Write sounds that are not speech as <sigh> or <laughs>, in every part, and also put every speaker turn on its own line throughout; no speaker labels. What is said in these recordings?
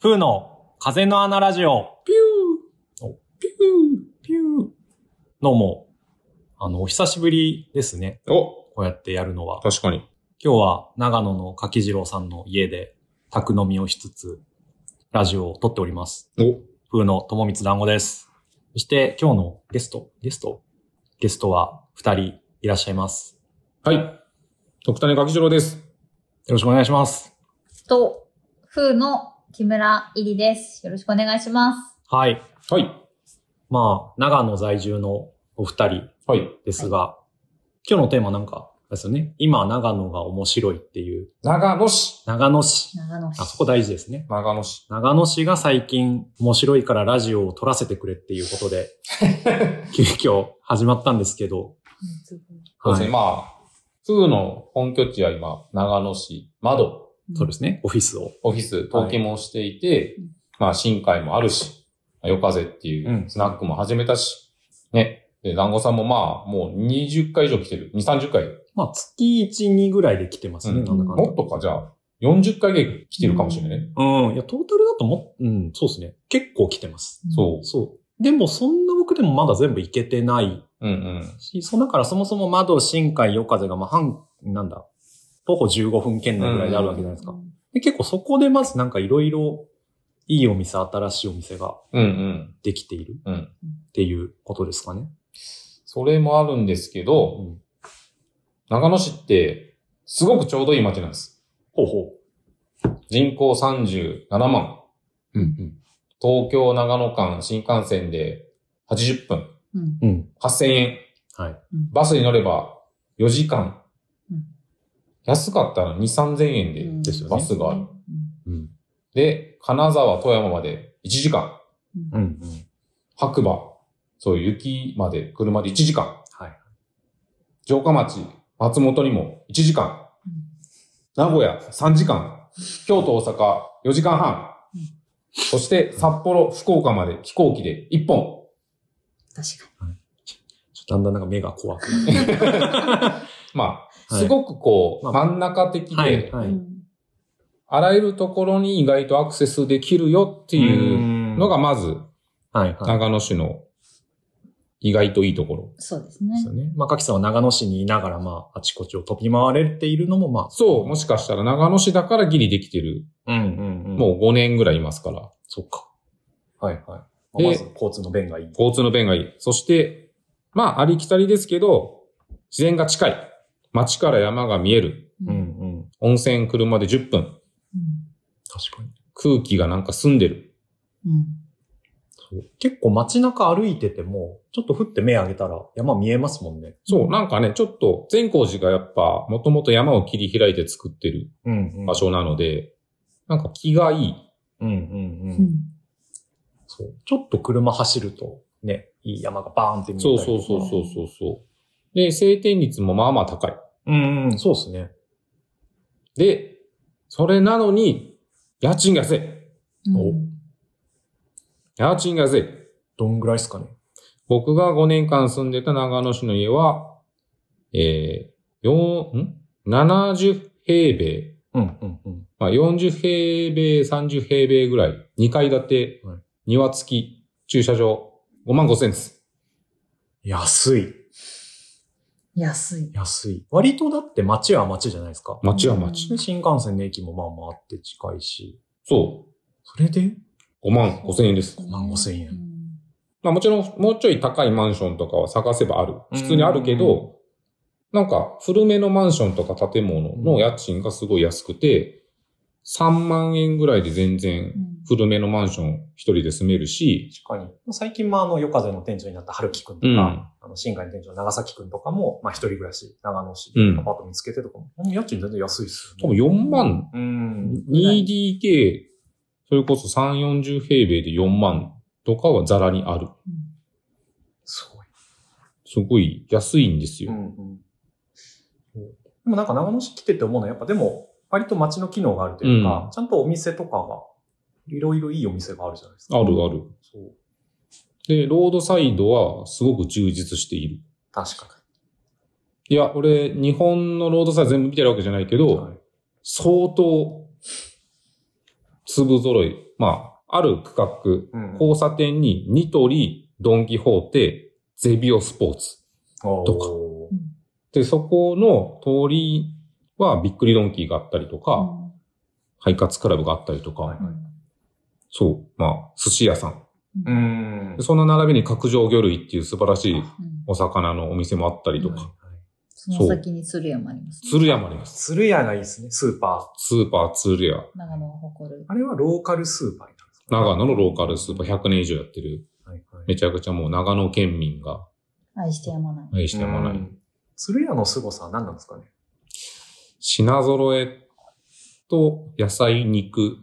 プーの風の穴ラジオ。ピュー。ピュー、ピュー。どうも。あの、お久しぶりですね。
お
こうやってやるのは。
確かに。
今日は長野の柿次郎さんの家で宅飲みをしつつ、ラジオを撮っております。
お
プーの友光団子です。そして今日のゲスト、ゲストゲストは二人いらっしゃいます。
はい。徳谷柿次郎です。
よろしくお願いします。
と、風の木村入りです。よろしくお願いします。
はい。
はい。
まあ、長野在住のお二人
はい。
ですが、今日のテーマなんか、ですよね。今、長野が面白いっていう、
長野市。
長野市。
長野市。
あそこ大事ですね。
長野市。
長野市が最近面白いからラジオを撮らせてくれっていうこと
<laughs>
で、急遽始まったんですけど、
うんすごい
そうで
は
すね。
い
まあ、風の本拠地は今、長野市、窓、
そうですね。オフィスを。
オフィス、登記もしていて、
うん
まあ、新海もあるし、夜風っていううんスナックも始めたし、ね。で、団子さんもまあ、もう20回以上来てる。2、30回。
まあ、月1、2ぐらいで来てますね、
うん
なんだかんだ
もっとか、じゃあ、40回ぐらい来てるかもしれないね。
うん。いや、トータルだとも、うん、そうですね。結構来てます。
そ。
そう。でも、そんな僕でもまだ全部行けてないう
うんうん。
し、そうだからそもそも窓、新海、夜風が、まあ、半、なんだ、徒歩15分圏内ぐらいであるわけじゃないですか。で、結構そこでまずなんかいろいろ、いいお店、新しいお店が
うんうん。
できている
うん
っていうことですかね。
それもあるんですけど、
うん
長野市って、すごくちょうどいい街なんです。
ほうほ
人口37万。
う。うん、
東京長野間新幹線で80分。
うん。
うん。うん。
8000円。
はい。
バスに乗れば4時間。
うん
安かったら2、3000円で。
うん
ですよね
バスがある。
うん。
で、金沢、富山まで1時間。
う
うんうん
ん、うん。
白馬、そういう雪まで車で1時間。
はい。
城下町、松本にも1時間。名古屋3時間、京都、大阪4時間半
うん、
そして札幌、福岡まで飛行機で1本。
確か
ちょっとだんだんなんか目が怖くなる。
まあ、
はい
すごくこう、
まあ
真ん中的で、
はい、は
に。
い。っ
い。
あらゆるところに意外とアクセスできるよって
て
いう
う
のが、、まず、
はい、はい。
長野市の意外といいところ。
そうですね
です。よね。まあ、かきさんは長野市にいながら、まあ、あちこちを飛び回れているのも、ま
そう、もしかしたら長野市だからギリできてる。
あ、うん、うん、うん。
もう5年ぐらいいますから。
そっか。はいはい。
で
まず交通の便がいい。
交通の便がいい。そして、まあ、ありきたりですけど、自然が近い。町から山が見える。
うんうん。
温泉車で10分。
うん
確かに。
空気がなんか澄んでる。
うん
そう結構街中歩いてても、ちょっと降って目上げたら山見えますもんね。
そう、なんかね、ちょっと、善光寺がやっぱ、もともと山を切り開いて作ってる
うん、
場。所なので、なんか気がいい。
うんうんう。
うんん
そう。ちょっと車走ると、ね、いい山がバーンって見えた
そ
り
う
とか
そうそうそうそうそう。で、晴天率もまあまあ高い。
うんうん、そうですね。
で、それなのに、家賃が安い。
うん
お
家賃が安い。
どんぐらいですかね。
僕が5年間住んでた長野市の家は、えー、4、ん ?70 平米。
うんうんうん。
まあ、40平米、30平米ぐらい、2階建て
はい、
庭付き、駐車場、5万5千です。
安い。
安い。
安い。割とだって街は街じゃないですか。
町は
う
町。
ん
新幹線の駅もまあまああって近いし。
そ
それで
う、5万5千円です。
万五千円
うん
まあ、もちろん、もうちょい高いマンションとかは探せばある。普通にあるけど、なんか、古めのマンションとか建物の家賃がすごい安くて、3万円ぐらいで全
う
然、
ん
古めのマンション一人で住めるし、
確かに。最近、まあ、あの、夜風の店長になった春樹くんとか、
うん
あの、新海の店長の長崎くんとかも、まあ、一人暮らし、長野市、
うん
アパート見つけてとかも、家賃全然安いっす
多
よ
分
ね。
4万
うん。
2DK、それこそ3、40平米で4万とかはザラにある。
すごい。
すごい安いんです
う
よ。
んうん。そうでもなんか長野市来てて思うのは、やっぱでも、割と街の機能があるというか、
うん
ちゃんとお店とかが、いろいろいいお店があるじゃないですか。
あるある。
そう。
で、ロードサイドはすごく充実している。
確か
いや、俺、日本のロードサイド全部見てるわけじゃないけ
に。
ど、
はい
相当、粒揃い。まあ、ある区画、
うん
交差点にニトリ、ドンキホーテ、ゼビオスポーツ。とか
お
で、そこの通りはびっくりドンキーがあったりとか、ハイカツクラブがあったりとか、
はい
そう、まあ、寿司屋さん。
ーうん
でその並びに角上魚類っていう素晴らしいお魚のお店もあったりと
はい
か、
その先に鶴山あります、
鶴屋もあります。
鶴屋がいいですね、スーパ
スーパー鶴屋。
長野が誇る
ー。。あれはローカルスーパーになるんですか
長野のローカルスーパー100年以上やってる。
はいはい
めちゃくちゃもう長野県民が
愛してやまない。
愛してやまな
う
い。
ん鶴屋の凄さは何なんですかね
品揃えと野菜、肉、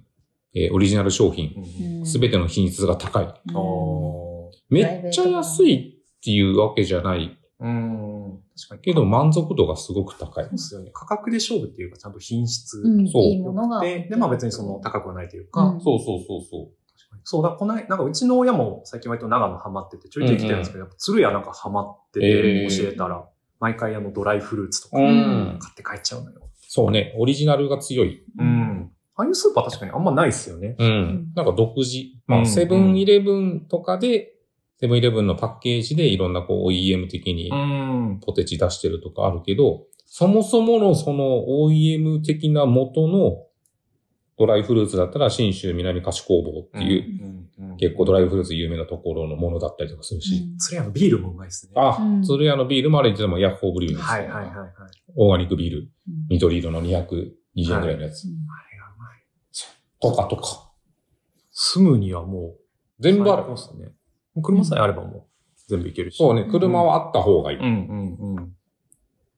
えーオリジナル商品、すべての品質が高い。
うん
お
めっちゃ安いっていうわけじゃない
うん。確かに。
けど満足度がすごく高い
そう。ですよね。価格で勝負っていうか、ちゃんと品質
うん
そう
いいものが。
で、で、まあ別にその高くはないという
う
か
ん、
そうそうそうそ
確かにそうだ、こない、なんかうちの親も最近割と長野ハマってて、ちょいちょい来てるんですけど、やっぱ鶴屋なんかハマって
え
て、
ー
教えたら、毎回あのドライフルーツとか
う。
買
うん。
って帰っちゃうのよ。
そうね、オリジナルが強い。
う。ん。ああいうスーパー確かにあんまないですよね。
うん。なんか独自。ま
う
あ、
ん
セブンイレブンとかで、セブンイレブンのパッケージでいろんなこう OEM 的に
ん。
ポテチ出してるとかあるけど、そもそものその OEM 的な元のドライフルーツだったら信州南菓子工房っていう、
うん。
結構ドライフルーツ有名なところのものだったりとかするし。
鶴屋のビールもうまいですね。
あ
うん、
鶴屋のビールもあれ、いつもヤッホーブリューです。
はいはいはいはい。
オーガニックビール。
うん
緑色の220円ぐらいのやつ。
あれがうまい。
とかとか。
すぐにはもう、
全部ある。
最高っすね。車さえあればもう、全部いけるし。
そうね、車はあった方がいい。
うんうんうん。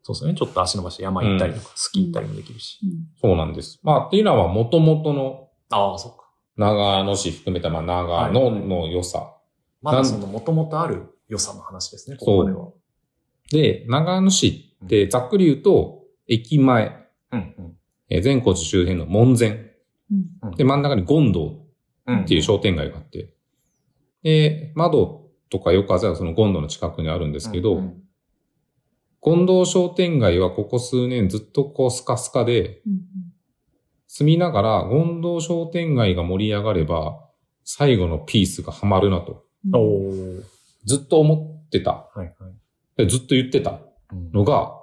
そうですね。ちょっと足伸ばして山行ったりとか、スキー行ったりもできるし。
うん
そうなんです。まあ、っていうのは、もともとの
ああ、そっか。
長野市含めた、まあ、長野の良さ。
まだその元々ある良さの話ですね、こ
そ
こ
う
までは。
で、長野市って、ざっくり言うと、駅前、
うんうん
えー善光寺周辺の門前。
うん
で、真ん中に権堂
うん。
っていう商店街があって。で、窓とかよくあざはその権堂の近くにあるんですけど、
うん
うん
権堂商店街はここ数年ずっとこうスカスカで、
うん
住みながら、権堂商店街が盛り上がれば、最後のピースがハマるなと、
うん
おー。
ずっと思ってた、
はいはい。
でずっと言ってた
うん
のが、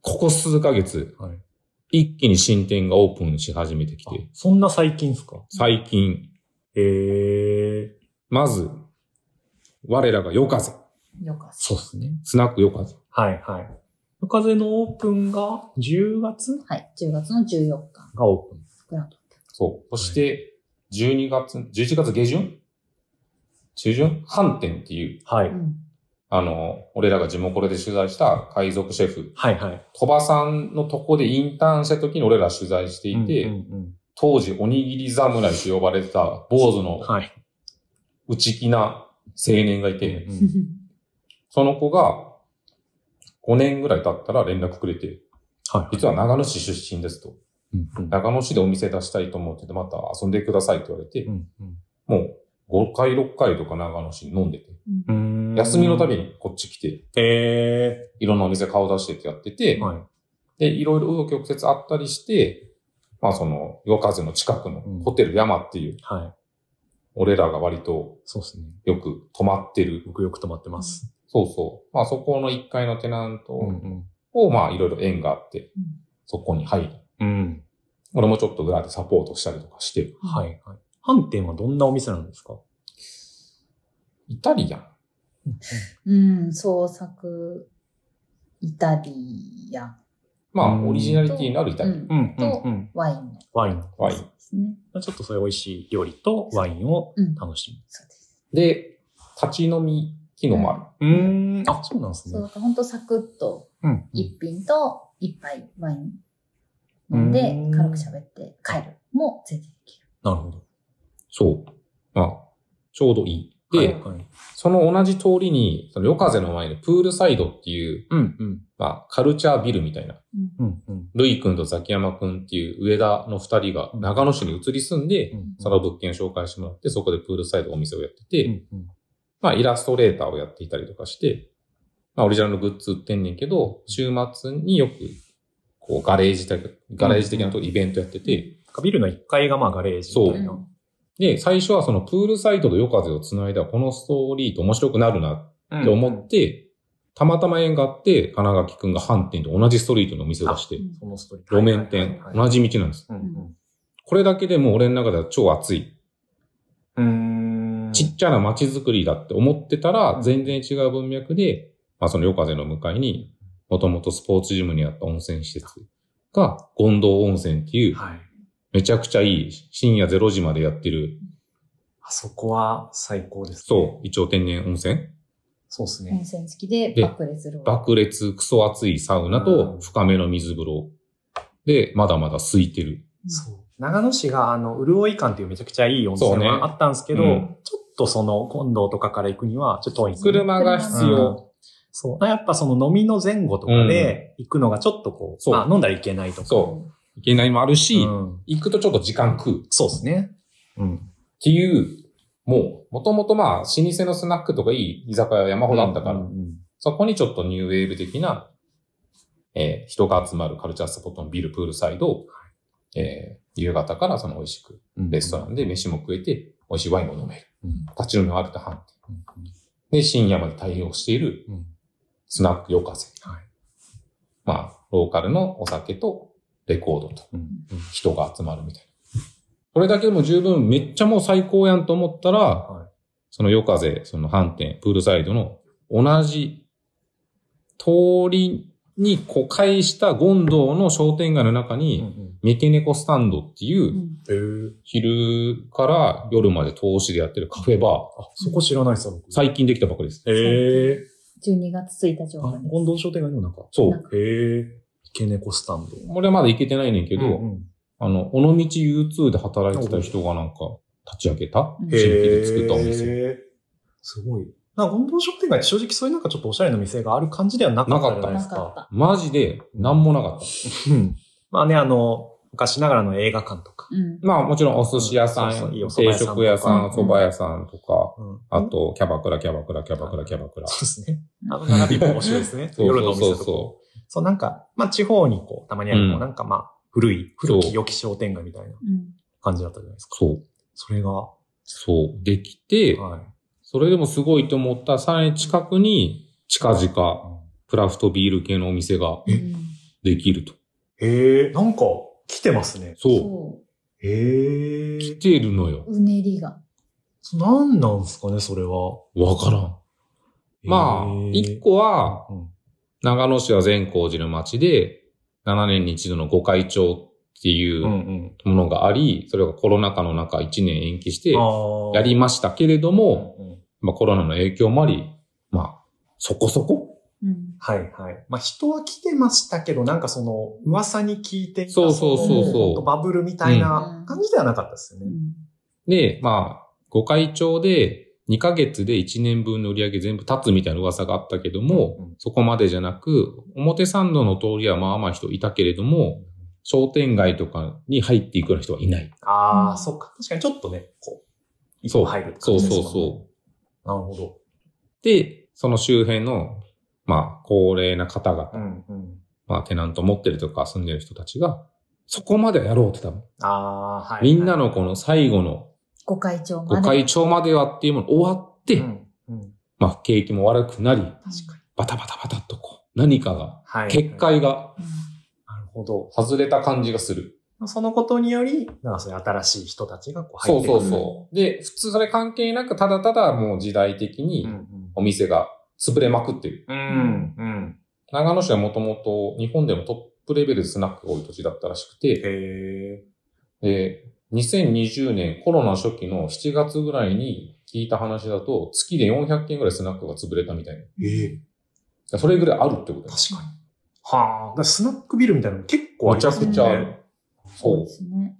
ここ数ヶ月、
はい
一気に新店がオープンし始めてき
あ
て、
そんな最近ですか
最近、
ええ。
まず、我らが夜風、
よかった。
そうですね。
スナック夜風。
はいはい。夜風のオープンが10月
はい。10月の14日、
がオープン。
グランド。。
そう。そして、12月、11月下旬中旬半店っていう、
はいう
ん。
あの、俺らが地元で取材した海賊シェフ
はいはい。
鳥羽さんのとこでインターンした時に俺ら取材していて、
うんうん
当時おにぎり侍と呼ばれてた坊主
うん
の
はい。
内気な青年がいて、
うん
その子が5年ぐらい経ったら連絡くれて、
はい。
実は長野市出身ですと。
うんうん
長野市でお店出したいと思ってて、また遊んでくださいって言われて、
うんうん
もう5回6回とか長野市に飲んでて、
うーん
休みのたびにこっち来て、
え
いろんなお店顔出してってやってて、
え。はい。
で、いろいろ紆余曲折あったりして、まあその、夜風の近くの
うん
ホテル山っていう、
はい。
俺らが割と
そうですね。
よく泊まってる。
僕よく泊まってます。
そうそう。まあそこの1階のテナント
ん
を、まあいろいろ縁があって
うん、。
そこに入り、
うん。うん。
俺もちょっと裏でサポートしたりとかして、
はいいはい。飯店はどんなお店なんですか
イタリアン。
うん。創作イタリアン
ま
う
あ
ん
オリジナリティのあるイタ
う
リアン。
ん
ん。
うんうんワインの
ワイン。
ワイ
そう
ン。
ですね。
ちょっとそういう美味しい料理とワインを
うん。
楽し
そうです。
で、立ち飲み機能もある。
む。うん。あ、そうなんです
そう、
ね
だ。から本当サクッと
うん。
一品と一杯ワイン飲んで
うん
軽く喋って帰るも全然できる。
なるほど。
そう。まあ、ちょうどいい。で、
はいはい
その同じ通りに、その夜風の前にプールサイドっていう、
うんうん。
まあカルチャービルみたいな、
うんうん。
ルイ君とザキヤマ君っていう上田の二人が長野市に移り住んで、その物件を紹介してもらって、そこでプールサイドお店をやってて、
うんうん
まあイラストレーターをやっていたりとかして、まあオリジナルのグッズ売ってんねんけど、週末によく、こうガレージ的、ガレージ的なとこでイベントやってて、
ビルの1階がまあガレージみたいな。
で、最初はそのプールサイドと夜風を繋いだこのストーリーと面白くなるなって思
うん
って、たまたま縁があって、金垣くんが反転と同じストリートのお店を出して、
そのストーリー。
路面店、
はいはいはい
同じ道なんです。
うん
これだけでもう俺の中では超熱い。
うん。うーん。
ちっちゃな街づくりだって思ってたら、全然違う文脈で、まあその夜風の向かいに、もともとスポーツジムにあった温泉施設が、権藤温泉っていう、
はい。
めちゃくちゃいい、深夜0時までやってる、
あそこは最高です、ね。
そう、一応天然温泉
そうです
温
ね。
泉付きで
で
爆裂ロー
爆裂クソ熱いサウナ
う
と
ん
深めの水風呂。で、まだまだ空いてる。
そう。長野市が、あの、潤い館っていうめちゃくちゃいい温
そう
泉
ね
があったんですけど、
うん
ちょっとその、近道とかから行くには、ちょっと遠いんですよね
車が必
うん
要。
そう。だからやっぱその飲みの前後とかで行くのがちょっとこう、
そう
まあ飲んだらいけないとか。
そいけないもあるし、
うん
行くとちょっと時間食う。っ
そうですね。うん。
ていう、もう、もともとまあ、老舗のスナックとかいい居酒屋は山ほどあったから、
うんうん
そこにちょっとニューウェーブ的な、えー人が集まるカルチャースポットのビルプールサイドを、えー夕方からその美味しく、
うん
レストランで飯も食えて、美味しいワインも飲める。
うん
立ち飲みもあると半店。
うん
で、深夜まで対応している
うん
スナック夜風。
はい
まあ、ローカルのお酒とレコードと
うんうん
人が集まるみたいな。これだけでも十分めっちゃもう最高やんと思ったら、
は
その夜風、その反転、プールサイドの同じ通りにこう介した権堂の商店街の中
い
に、三毛猫スタンドっていう、
うん
えー
昼から夜まで投資でやってるカフェバー、
あ、そこ知らないですよ、僕
最近できたばかりです。
ええ
12月1日オー
あ
プ、ンです
近藤商店街の中。
そ
なん
う。
か
へえ池猫スタンド。
俺はまだ行けてないねんけど、
うん
あの、尾道 U2 で働いてた人がなんか立ち上げた、
う
新
ん
規で作ったお店。
へーすごい。なんか、近藤商店街って正直そういうなんかちょっとおしゃれな店がある感じではなかったじゃないで
な
すか。
かった。
マジで何もなかった。
うん。まあね、あの、昔ながらの映画館とか。
うん。
まあもちろんお寿司屋さん、
そうそういいお蕎麦屋
定
さんとか
食屋さん、お
うん
蕎麦屋さんとか、
うん。
あとキャバクラ、キャバクラ、キャバクラ、キャバクラ。
そ
そう。
ですね。あの並びも面白いですね夜のお
うそ
店
う
とか。
そ
そう、なんか、まあ地方にこう、たまにある
う
こ
ん
う、なんかまあ、古い、
そう
古き良き商店街みたいな
うん
感じだったじゃないです
う。
か。
そう。
それが、は
そう。できて、
い。
それでもすごいと思ったさらに近くに近々クラフトビール系のお店が
うん
できると。
へえ、なんか、来てますね。
そ
そう
へ
う。来
え。
てるのよ。
うねりが。
なんなんすかね、それは。
わからん。まあ、一個は、
うん
長野市は善光寺の町で、7年に一度の御開帳っていううんも
うん。
のがあり、それがコロナ禍の中1年延期して、
あー
やりましたけれど
うん
も、
うん
まあ、コロナの影響もあり、まあ、そこそこ
うん。
はいはい。まあ人は来てましたけど、なんかその噂に聞いていた
そうそう
そうそう
のほんとバブルみたいな感じではなかったですよ
う
ね。
ん
で、まあ、御開帳で2ヶ月で1年分の売り上げ全部立つみたいな噂があったけども、
うんうん
そこまでじゃなく、表参道の通りはまあまあ人いたけれども、商店街とかに入っていくような人はいない。
ああ、
うん
そっか。確かにちょっとね、こう、一
そ
歩
う
入る
そうそう
う。
そう。
なるほど。
で、その周辺の、まあ、高齢な方々、
うんうん。
まあ、テナント持ってるとか住んでる人たちが、そこまではやろうって多分。
ああー、はい、
みんなのこの最後の
ご会長ま
ご
で。
会長まではっていうもの終わって、
うんうん。
まあ、景気も悪くなり、
確か
バタバタバタっとこう、何かが、
はい。
結界が
に。
なるほど。
外れた感じがする。
そのことにより、なんかそういう新しい人たちがこう
そ
入っ
う
て
そ
くる。
うそう。で、普通それ関係なく、ただただもう時代的に
うん
お店が潰れまくってる。
うん。うんうん。
長野市はもともと日本でもトップレベルでスナックが多い土地だったらしくて、
へえ。
で、2020年コロナ初期の7月ぐらいに聞いた話だと、月で400件ぐらいスナックが潰れたみたい
ええ。
な。それぐらいあるってことだよ
確かに。はあ。だからスナックビルみたいなのも結構あ
め
り
ちゃ
ます
く
ね。
ちゃある。
そう
そ
で
う。
すね。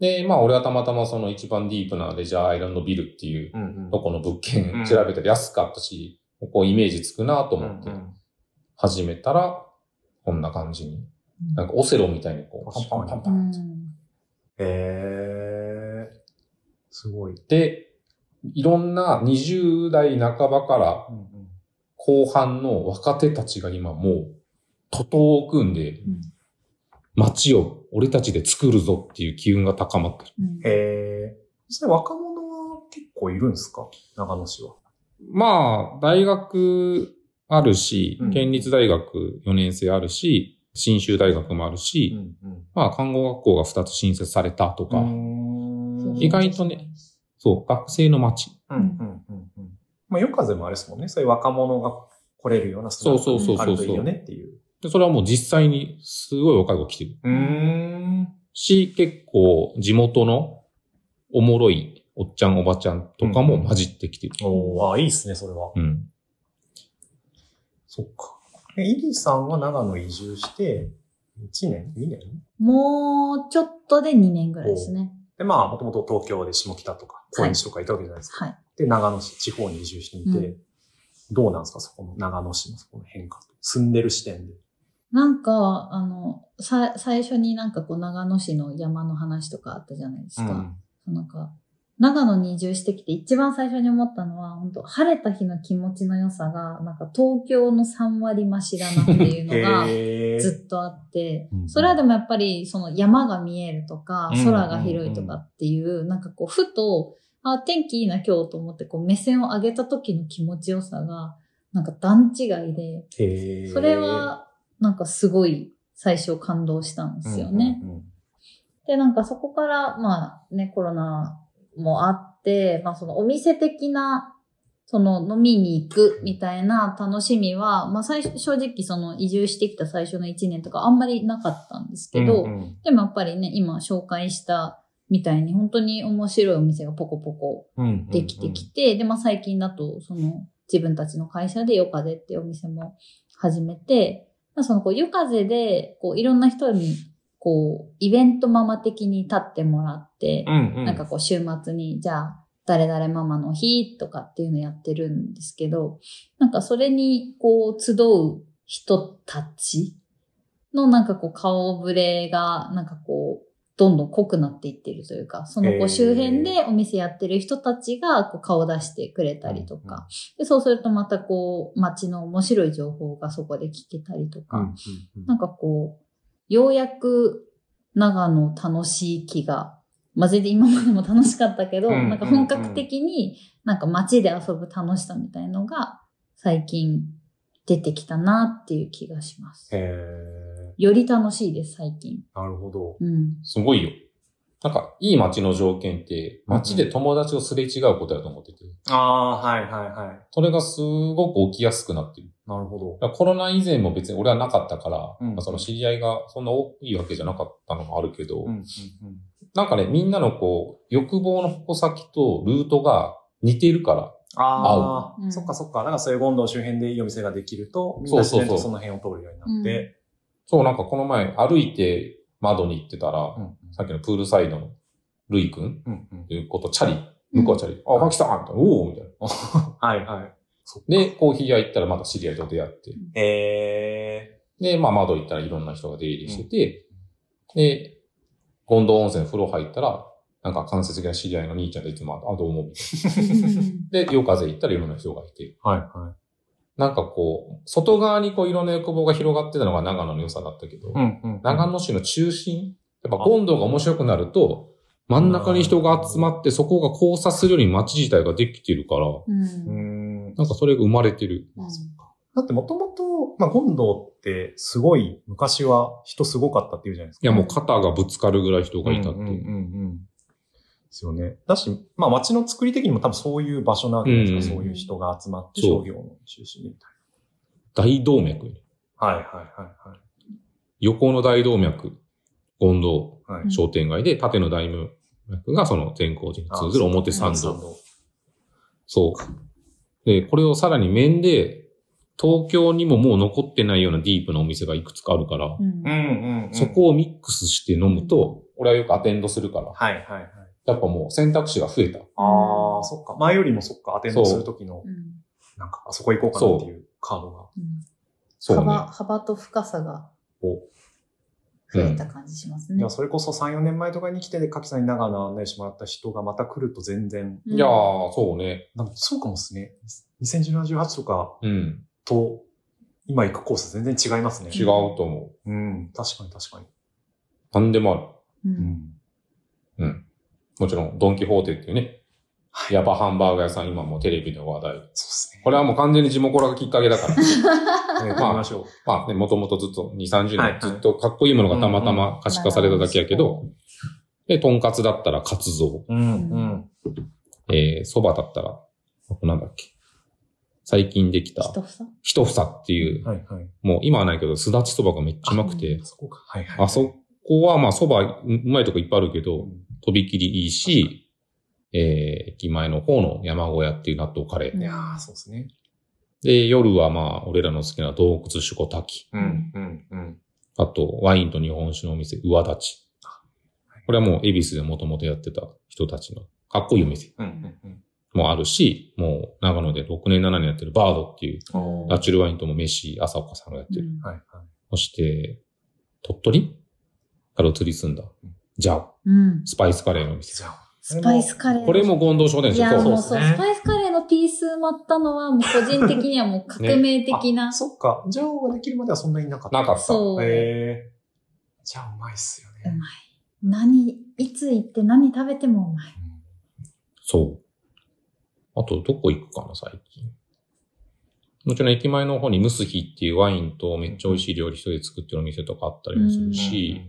で、まあ俺はたまたまその一番ディープなレジャーアイランドビルっていう
うんうん。
どこの物
う
件
ん
調べたら安かったし、ここイメージつくなと
う
思
ん
っ
う
て
ん
始めたら、こんな感じに。なんかオセロみたいにこう、パン
確か
パン
に
パン
う
パン。
ん。
へえ。すごい。
で、いろんな20代半ばから
うんうん
後半の若手たちが今もう、徒党を組んで
うん、
街を俺たちで作るぞっていう機運が高まってる。
うん
へえ。それ若者は結構いるんですか長野市は。
まあ、大学あるし
うん、
県立大学4年生あるし、新州大学もあるし、
んうん。
まあ、看護学校が2つ新設されたとか、
うん。
意外とね。そう、学生の街。
うんうんうんうん。まあ、夜風もあれですもんね。そういう若者が来れるような、
そうそう
そうそう
あるといいよねっていう。
でそれはもう実際にすごい若い子来てる。
うーん。
し、結構地元のおもろいおっちゃんおばちゃんとかも混じってきてる。
おーあ、いいっすね、それは。
うん。
そっか。え、イリーさんは長野移住して、1年 ?2 年
もうちょっとで2年ぐらいですね。
で、まあ、もともと東京で下北とか、高円寺とかいたわけじゃないですか。
はい。
で、長野市、地方に移住してみて、
う
どうなんですか、そこの長野市のそこの変化。住んでる視点で。
なんか、あの、さ、最初になんかこう長野市の山の話とかあったじゃないですか。なんか、長野に移住してきて一番最初に思ったのは、本当晴れた日の気持ちの良さが、なんか東京の3割増しだなっていうのが、
<laughs> へ
ずっとあって
う、ん
それはでもやっぱりその山が見えるとか
うん、
空が広いとかっていう、なんかこう、ふと、あ、天気いいな今日と思って、こう、目線を上げた時の気持ちよさが、なんか段違いで、
え。へー
それ、は、なんかすごい最初感動したんですよね。
うんうんうん。
で、なんかそこから、まあね、コロナもあって、まあそのお店的な、その飲みに行くみたいな楽しみは、まあ最初、正直その移住してきた最初の1年とかあんまりなかったんですけど、
うんうん
でもやっぱりね、今紹介したみたいに本当に面白いお店がポコポコ
うんうんうん
できてきて、で、まあ最近だと、その自分たちの会社でヨカゼっていうお店も始めて、まあそのこうヨカゼで、こういろんな人に、こうイベントママ的に立ってもらって
う、んうん。
なんかこう週末に、じゃあ、誰々ママの日とかっていうのやってるんですけど、なんかそれにこう集う人たちのなんかこう顔ぶれがなんかこうどんどん濃くなっていってるというか、その
へー
こう周辺でお店やってる人たちがこう顔出してくれたりとか、でそうするとまたこう街の面白い情報がそこで聞けたりと
うんうん
か、
うん、
なんかこう、ようやく長野楽しい気が、まあ、全然今までも楽しかったけど、
うんうんうん
なんか本格的になんか街で遊ぶ楽しさみたいのが最近出てきたなっていう気がします。
へえ。
より楽しいです、最近。
なるほど。
うん。
すごいよ。なんか、いい街の条件って、街で友達をすれ違うことだと思ってて、
ああ、はいはいはい。
それがすごく起きやすくなってる。
なるほど。
だからコロナ以前も別に俺はなかったから、
うん
まあその知り合いがそんな多いわけじゃなかったのもあるけど、
うんうん
なんかね、みんなのこう、欲望の矛先とルートが似てるから、
ああ、
合ううん
そっかそっか。なんかそういう権藤周辺でいいお店ができると、みんな自然とその辺を通るようになって。
そうなんかこの前歩いて窓に行ってたら、
うん
さっきのプールサイドのルイ君
うんうん
ということ、チャリ、向こうはチャリ、あ、マキさんみたいな、おおみたいな。
はいはい。
で、コーヒー屋行ったらまた知り合いと出会って、
え
で、まあ窓行ったらいろんな人が出入りしてて、で、権藤温泉風呂入ったら、なんか間接的な知り合いの兄ちゃんといつも会って、あ、どうも、みたいな。で、夜風行ったらいろんな人がいて、
ー。はいは
なんかこう、外側にこういろんな欲望が広がってたのが長野の良さだったけど、
い。うんうん。
長野市の中心、やっぱ権藤が面白くなると、真ん中に人が集まってそこが交差するように街自体ができてるから、
うん。
うー
うん
ん。
なんかそれが生まれてる。
だってもともと、まあ、権藤ってすごい昔は人すごかったっていうじゃないですか。
いやもう肩がぶつかるぐらい人がいたって
うんうん
いう。
うんうんですよね。だし、まあ街の作り的にも多分そういう場所なわけじゃないですか。
うん
そういう人が集まって
そ
商
う
業の中心みたい
大動脈。
な。はいはいはいはい。
横の大動脈、権藤
はい
うん
商店街で、縦の大動脈がその善光寺に通ずる表参道。そう。で、これをさらに面で、東京にももう残ってないようなディープなお店がいくつかあるから、
うんうん、うん。
そ。こをミックスして飲むと、俺はよくアテンドするから、
はいはいはい。
やっぱもう選択肢が増えた。
ああ、そっか。前よりもそっか。アテンドするときの
う、ん
なんか、あそこ行こうかなっていうカードが。
うん
そうね。
幅、幅と深さが
お
増えた感じします
い
ね
や、。それこそ3、4年前とかに来てで、柿さんに長野案内してもらった人がまた来ると全然、
うん
いやー、そうね。
なんかそうかもですね。2017、18とか
うん。
と、今行くコース全然違いますね。
違うと思
うん、確かに確かに。
何でもある。
う。
うんん。
うん。もちろん、ドンキホーテっていうね、ヤバハンバーガー屋さん、今もうテレビで話題。
そうですね。
これはもう完全に地元らがきっかけだから。
ね
まあ
行きましょう。
まあね、もともとずっと2、30
はいはい
年、ずっとかっこいいものがたまたま可視化されただけやけど、で、とんかつだったらカツゾ
うん、うん。
ウ、えー、そばだったら、なんだっけ。最近できた、
一房
ひとふさっていう、
はい、はい。
もう今はないけど、すだちそばがめっちゃうまくて、
そこか。はい、はい。
あそこはまあそばううまいとこいっぱいあるけど、とびきりいいし、えー、駅前の方の山小屋っていう納豆カレー。
いやー、そうですね。
で、夜はまあ、俺らの好きな洞窟しこたき。
うん、うん、うん。
あと、ワインと日本酒のお店、上立ち。これはもう、恵比寿でもともとやってた人たちの、かっこいいお店
うん、うん、
もあるし、もう、長野で6年、7年やってるバードっていう、
うん。
ナチュルワインとも飯、朝岡さんがやって
う
る。
ん
はい、はい。
そして、鳥取から移り住んだ、ジャオ、
うん。
スパイスカレーのお店。
じゃあ
スパイスカレー。
これも権藤商店
い
でしょ
や、
そう
もう
そ
そうう、
ですね
スパイスカレーのピース埋まったのは、もう個人的にはもう革命的な。
あそっか。ジャオができるまではそんなになかった。
なかった。
そう。う
へえ。じゃあうまいっすよね。
まい。何、いつ行って何食べてもうまい。
そう。あと、どこ行くかな、最近。もちろん駅前の方にムスヒっていうワインとめっちゃ美味しい料理一人で作ってるお店とかあったりもするし、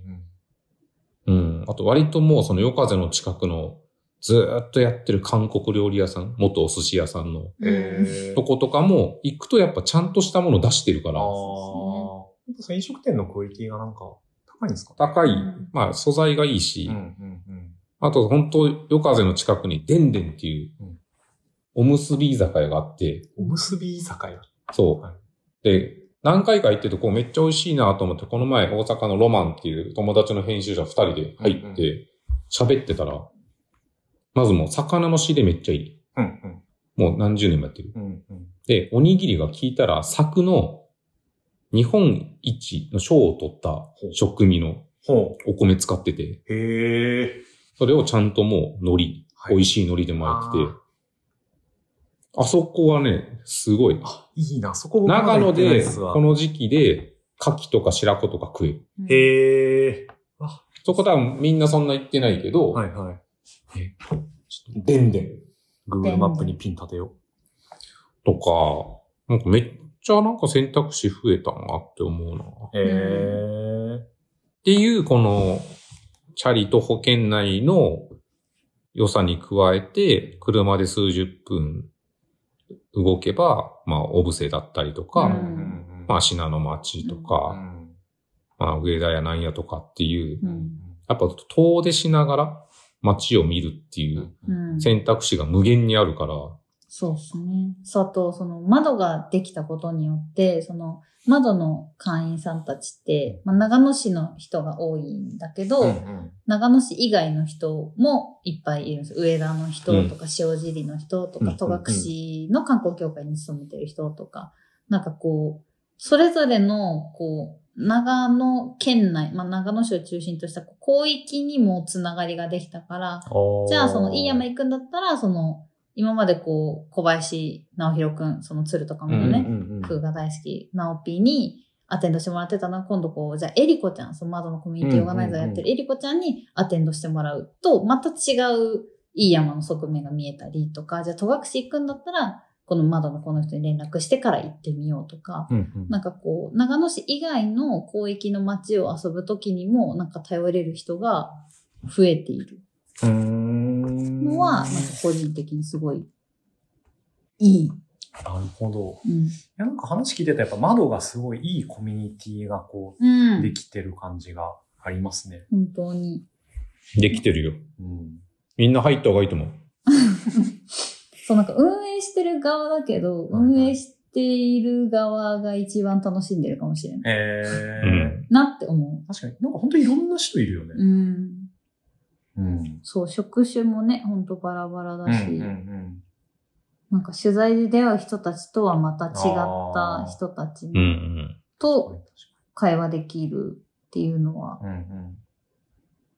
うん。あと割ともうその夜風の近くのずーっとやってる韓国料理屋さん、元お寿司屋さんの
うんうんうんへえ。
とことかも行くとやっぱちゃんとしたもの出してるか
ああ。
ら、
ほんとその飲食店のクオリティがなんか高いんですか
高い
うん、
まあ素材がいいし、
んうん
あと本当夜風の近くにでんでんっていう
うん
おむすび居酒屋があって、
うん。おむすび居酒屋。
そう。
はい
で、何回か行ってるとこうめっちゃ美味しいなと思って、この前大阪のロマンっていう友達の編集者二人で入って、喋ってたら、まずもう魚の仕入れめっちゃいい。
うん
もう何十年もやってる。
うん。うんうん。
で、おにぎりが聞いたら、柵の日本一の賞を取った食味の
ほ
お米使ってて、
う。へえ。
それをちゃんともう海
は
苔、美味
しい。
しい海苔で巻いてて
あ、
あそこはね、すごい。
あ、いいな。そこ僕まだ
長
行
野
ってないっ
で、
すわ
この時期で、牡蠣とか白子とか食える。
うん
へえ。
そこ多分みんなそんな言ってないけど、
はいはい。
ちょっとでんでん
Google マップにピン立てよ
とか、なんかめっちゃなんか選択肢増えたなって思うな。っ
う。へえ。
ていう、この、チャリと保険内の良さに加えて、車で数十分動けば、まあ、小布施だったりとか、
うん
まあ、信濃町と
あ
か、まあ、上田やなんやとかっていう、
う。
うんん。
やっぱ遠出しながら街を見るっていううん
うん。
選択肢が無限にあるから、
そうですね。そう、あと、その窓ができたことによって、その窓の会員さんたちって、まあ、長野市の人が多いんだけど、
うん
長野市以外の人もいっぱいいるんです。上田の人とか、塩尻の人と
うん
か、戸隠の観光協会に勤めてる人とか、なんかこう、それぞれの、こう、長野県内、まあ長野市を中心としたこう広域にもつながりができたから、じゃあそのいい山
行
行くんだったら、その、今までこう、小林直弘くん、その鶴とかもね、
うんうん
空が大好き、ナオピーにアテンドしてもらってたな、今度こう、じゃあ、エリコちゃん、その窓のコミュニティオーガナイザーやってるエリコちゃんにアテンドしてもらうと、また違ういい山の側面が見えたりとか、じゃあ、戸隠行くんだったら、この窓のこの人に連絡してから行ってみようとか、
うんうん
なんかこう、長野市以外の広域の街を遊ぶときにも、なんか頼れる人が増えているの
の
は、なんか個人的にすごい、いい。
なるほど。
うん。
いやなんか話聞いてたらやっぱ窓がすごいいいコミュニティがこ
う
う、で
ん。
きてる感じがありますね。
本当に。
できてるよ。
うん。
みんな入った方がいいと思う。
そう、なんか運営してる側だけ
は
ど、
いはい
運営している側が一番楽しんでるかもしれない。
えー
うん
なって思
確かになんか本当にいろんな人いるよ
う。
ね。
うん。
うん。
そう、職種もね、ほんとバラバラだし、
うんうん
なんか取材で出会う人たちとはまた違った人たち
うんうん。
う
と
ん。
会話できるっていうのは
うんうん。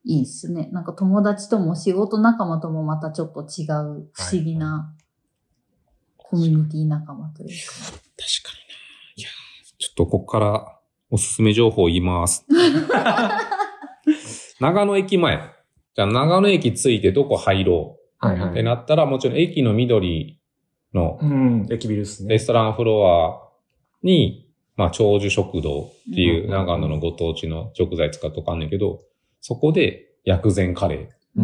いいですね。なんか友達とも仕事仲間ともまたちょっと違う不思議なコミュニティ仲間というか。
確かにい
<laughs>
やーちょっとここからおすすめ情報を言います。長野駅前。じゃあ長野駅着いてどこ入ろ
はいは
うっ
い。
てなったら、もちろん駅の緑の
うん、駅ビルですね
レ。ストランフロアに、まあ、長寿食堂っていううん長野のご当地の食材使っとかんねんけど、そこで薬膳カレー。
うー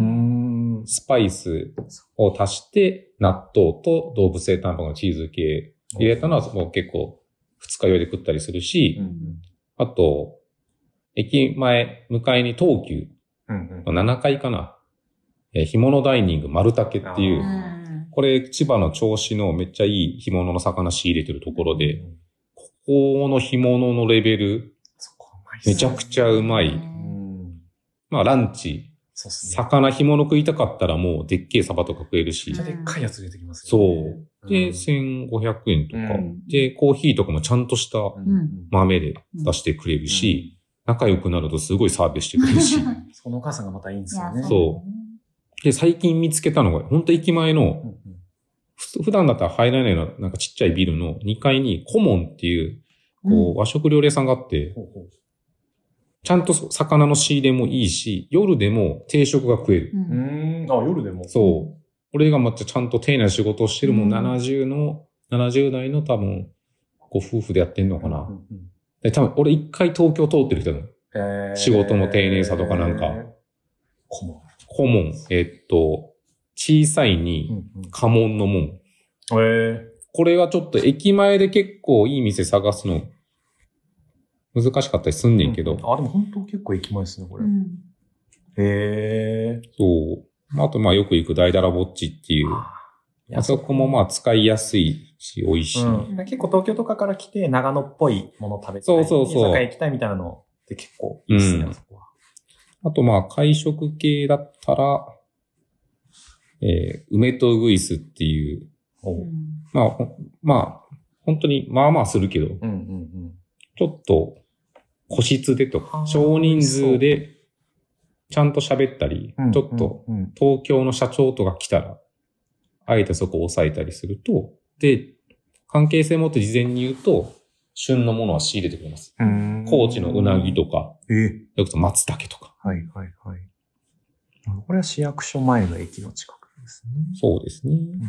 ん。
スパイスを足して、納豆と動物性タンパクのチーズ系入れたのは、もう結構、二日酔いで食ったりするし、
うん
あと、駅前、向かいに東急
うん。うんうん。
の7階かな、えー干物ダイニング丸竹ってい
あ
う、
ー
これ千葉の銚子のめっちゃいい干物の魚仕入れてるところで、ここの干物のレベル、
そこうまいっすね
めちゃくちゃうまい。
うん。
まあランチ、
そうっすね。
魚干物食いたかったらもうでっけえサバとか食えるし
めっち、ゃでっかいやつ出てきますよね。
そう。で、1500円と
う
か、
ん
で、コーヒーとかもちゃんとした
うん。
うん
うん
豆で出してくれるし、仲良くなるとすごいサービスしてくれる <laughs> し、
そのお母さんがまたいいんですよね。
そうで、最近見つけたのが、本当駅前の
うんうん
ふ普段だったら入らないような、なんかちっちゃいビルの2階にコモンっていう、こう、和食料理屋さんがあって、
ほうほう
ちゃんとそ魚の仕入れもいいし、夜でも定食が食える。
う
うー
ん。
ん。あ、夜でも。
そう。俺がまたちゃんと丁寧な仕事をしてる、もううん70の、70代の多分、ご夫婦でやってんのか
う
な。
んうん
で、多分俺一回東京通ってる人だもん。
へー
仕事の丁寧さとかなんか。
こも。
顧問、えっと、小さいに、家紋の門。
うんうん。え
これはちょっと駅前で結構いい店探すの、難しかったりすんねんけど、
あ、でも本当結構駅前ですね、こ
う
れ。
ん。
へえ。
そう。あと、まあ、よく行くダイダラぼっちっていう、あそこもまあ、使いやすいし、美味しい。
うん、結構東京とかから来て、長野っぽいもの食べたい。
そうそうそう
居酒屋行きたいみたいなのって結構いいですね、
うん
あそこは。
あと、まあ、会食系だったら、えー、梅とウグイスっていう、
おう
うんん
まあ、ほまあ、本当に、まあまあするけど、
うんうん。
ちょっと、個室でと
あ
か、
ー
少人数で、ちゃんと喋ったり、
うん
ちょっと、、
うん
東京の社長とか来たら、あえてそこを抑えたりすると、で、関係性持って事前に言うと、旬のものは仕入れてくれます。
うん
高知のうなぎとか、
えー
よくと松茸とか。
はいはいはい。これは市役所前の駅の近くですね。
そうですね。
うんうん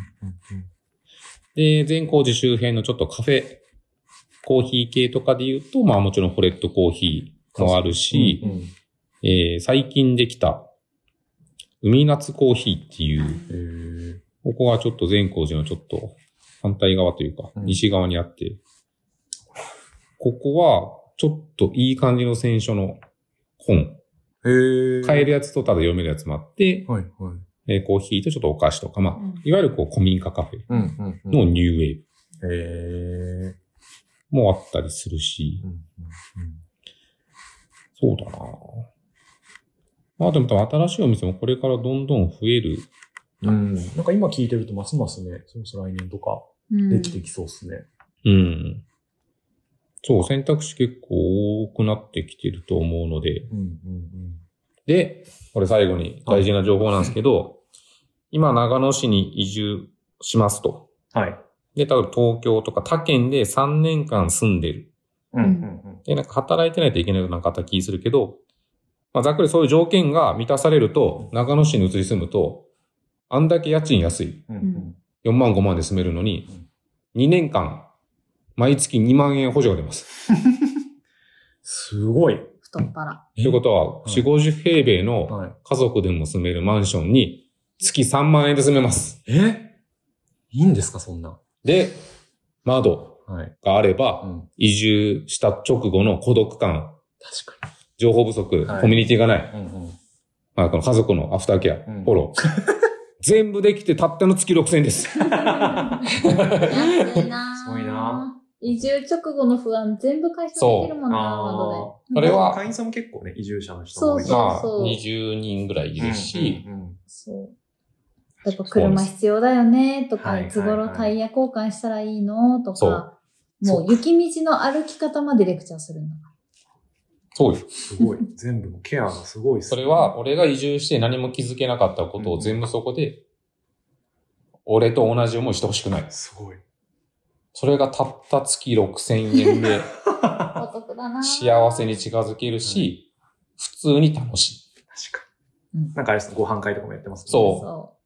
で、善光寺周辺のちょっとカフェ、コーヒー系とかで言うと、まあもちろんホレットコーヒーもあるし、
うんうん
えー最近できた、海夏コーヒーってい
え
う、
ー
ここはちょっと善光寺のちょっと反対側というか、
うん
西側にあって、ここはちょっといい感じの選書の本、
えー
買えるやつとただ読めるやつもあって、
はいはい。
えーコーヒーとちょっとお菓子とか、まあ、
うん
いわゆるこう古民家カフェ
うんうんうん
のニューウェー
えー
ブもあったりするし、
うんうん
そうだなまあでも多分新しいお店もこれからどんどん増える。
うん、うんなんか今聞いてるとますますね、それこそ来年とか
うん
できてきそうですね。
うん。そう、選択肢結構多くなってきてると思うので、
うんうん
で、これ最後に大事な情報なんですけど、今長野市に移住しますと。
うん。はい。
で、例えば東京とか他県で3年間住んでる。
うんうん
で、なんか働いてないといけないような方気するけど、まあ、ざっくりそういう条件が満たされると、長野市に移り住むと、あんだけ家賃安い。
うん。うん
4万5万で住めるのに、2年間、毎月2万円補助が出ます。
すごい。
太っ腹。
ということは、
い
4、50平米の
はい。
家族でも住めるマンションに、月3万円で住めます。
えいいんですか、そんな。
で、窓
はい。
があれ
う
ば、
ん。
移住した直後の孤独感、
確か
情報不足、
はい
コミュニティがない、
に。うんうん。
まあ、この家族のアフターケア、
うん
フォロー。 <laughs> 全部できてたったの月6000円です。
安いなぁ
すごいな
移住直後の不安全部解消できるもんな、窓
あー。
それは
会員さんも結構ね、移住者の人
そうそ
まあ、
う
20人ぐらいいるし、
うんうん
で。そう。やっぱ車必要だよねと
はい
か、
はい
い
はい
つ頃タイヤ交換したらいいのと
そう
か、もう雪道の歩き方までレクチャーするんだ。
そうです。
すごい。全部のケアがすごいっす
そ
ね
れは、、俺が移住して何も気づけなかったことを全部そこで、俺と同じ思いしてほしくない。
すごい。
それがたった月6000円
<laughs>
で
お得だなぁ
幸せに近づけるし、普通に楽しい。
確か
う
に。
ん
なんかあれですね、ご飯会とかもやってますもんね
そう
そ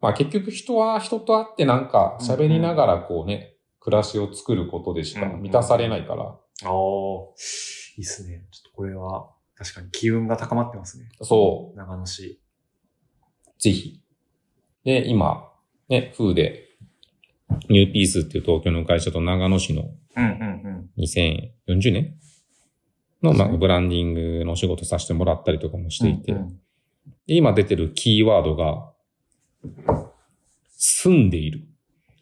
まあ結局人は人と会ってなんか喋りながらこうね、暮らしを作ることでしか満たされないから、
ああ、いいっすね。ちょっとこれは、確かに機運が高まってますね。。
そう
長野市。
ぜひ。で、今、ね、風で、ニューピースっていう東京の会社と長野市の
うんうん
2040年
そう
の、まあ、
ですね
ブランディングのお仕事させてもらったりとかもしていて、
うんうん
で今出てるキーワードが、住んでいる。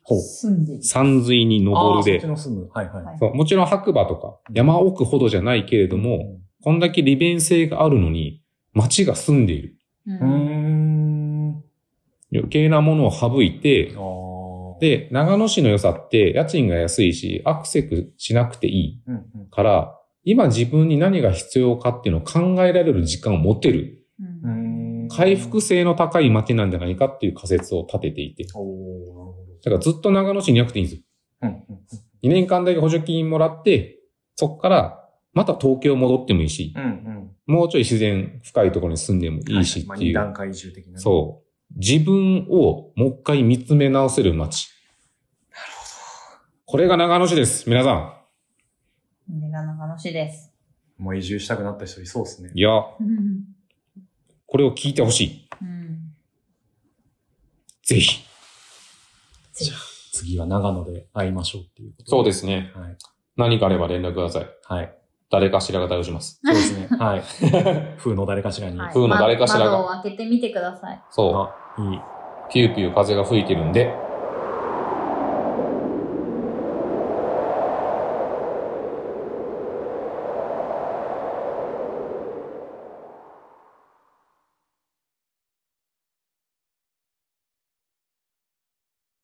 ほ
う。住んでいる。
山水に
あー
登
そ
る
っち
で。
の住む。はいはい。
はい
そうもちろん白馬とか山奥ほどじゃないけれども、こんだけ利便性があるのに、街が住んでいる。
う
うー
ん。
ん。
余計なものを省いて、
ああ。、
で、長野市の良さって家賃が安いし、アクセスしなくてい
うんうん
いから、今自分に何が必要かっていうのを考えられる時間を持てる。
うん
うん
回復性の高い街なんじゃないかっていう仮説を立てていて。
おお
だからずっと長野市にいなくていいんですよ。
なるほど。
2年間だけ補助金もらって、そっからまた東京戻ってもいいし、
うんうん。
もうちょい自然深いところに住んでもいいし
まあ
ってい
二段
う。
階移住的な。う。
そう。自分をもう一回見つめ直せる街。これが長野市です。皆さん。
これが長野市です。
もう移住したくなった人いそうですね。
いや、
うん。
これを聞いてほしい。
うん。
ぜひ。
次は長野で会いましょうっていうこと。。
そうですすね。
はい。
何かあれば連絡ください。
はい。
誰かしらが対応します。
そうですね。 <laughs> はい。風の誰かしらに。
はい
風の誰かしらが
ま窓を開けてみてください。
<laughs> そ
あ、いい。
う。ピューピュー風が吹いてるんで、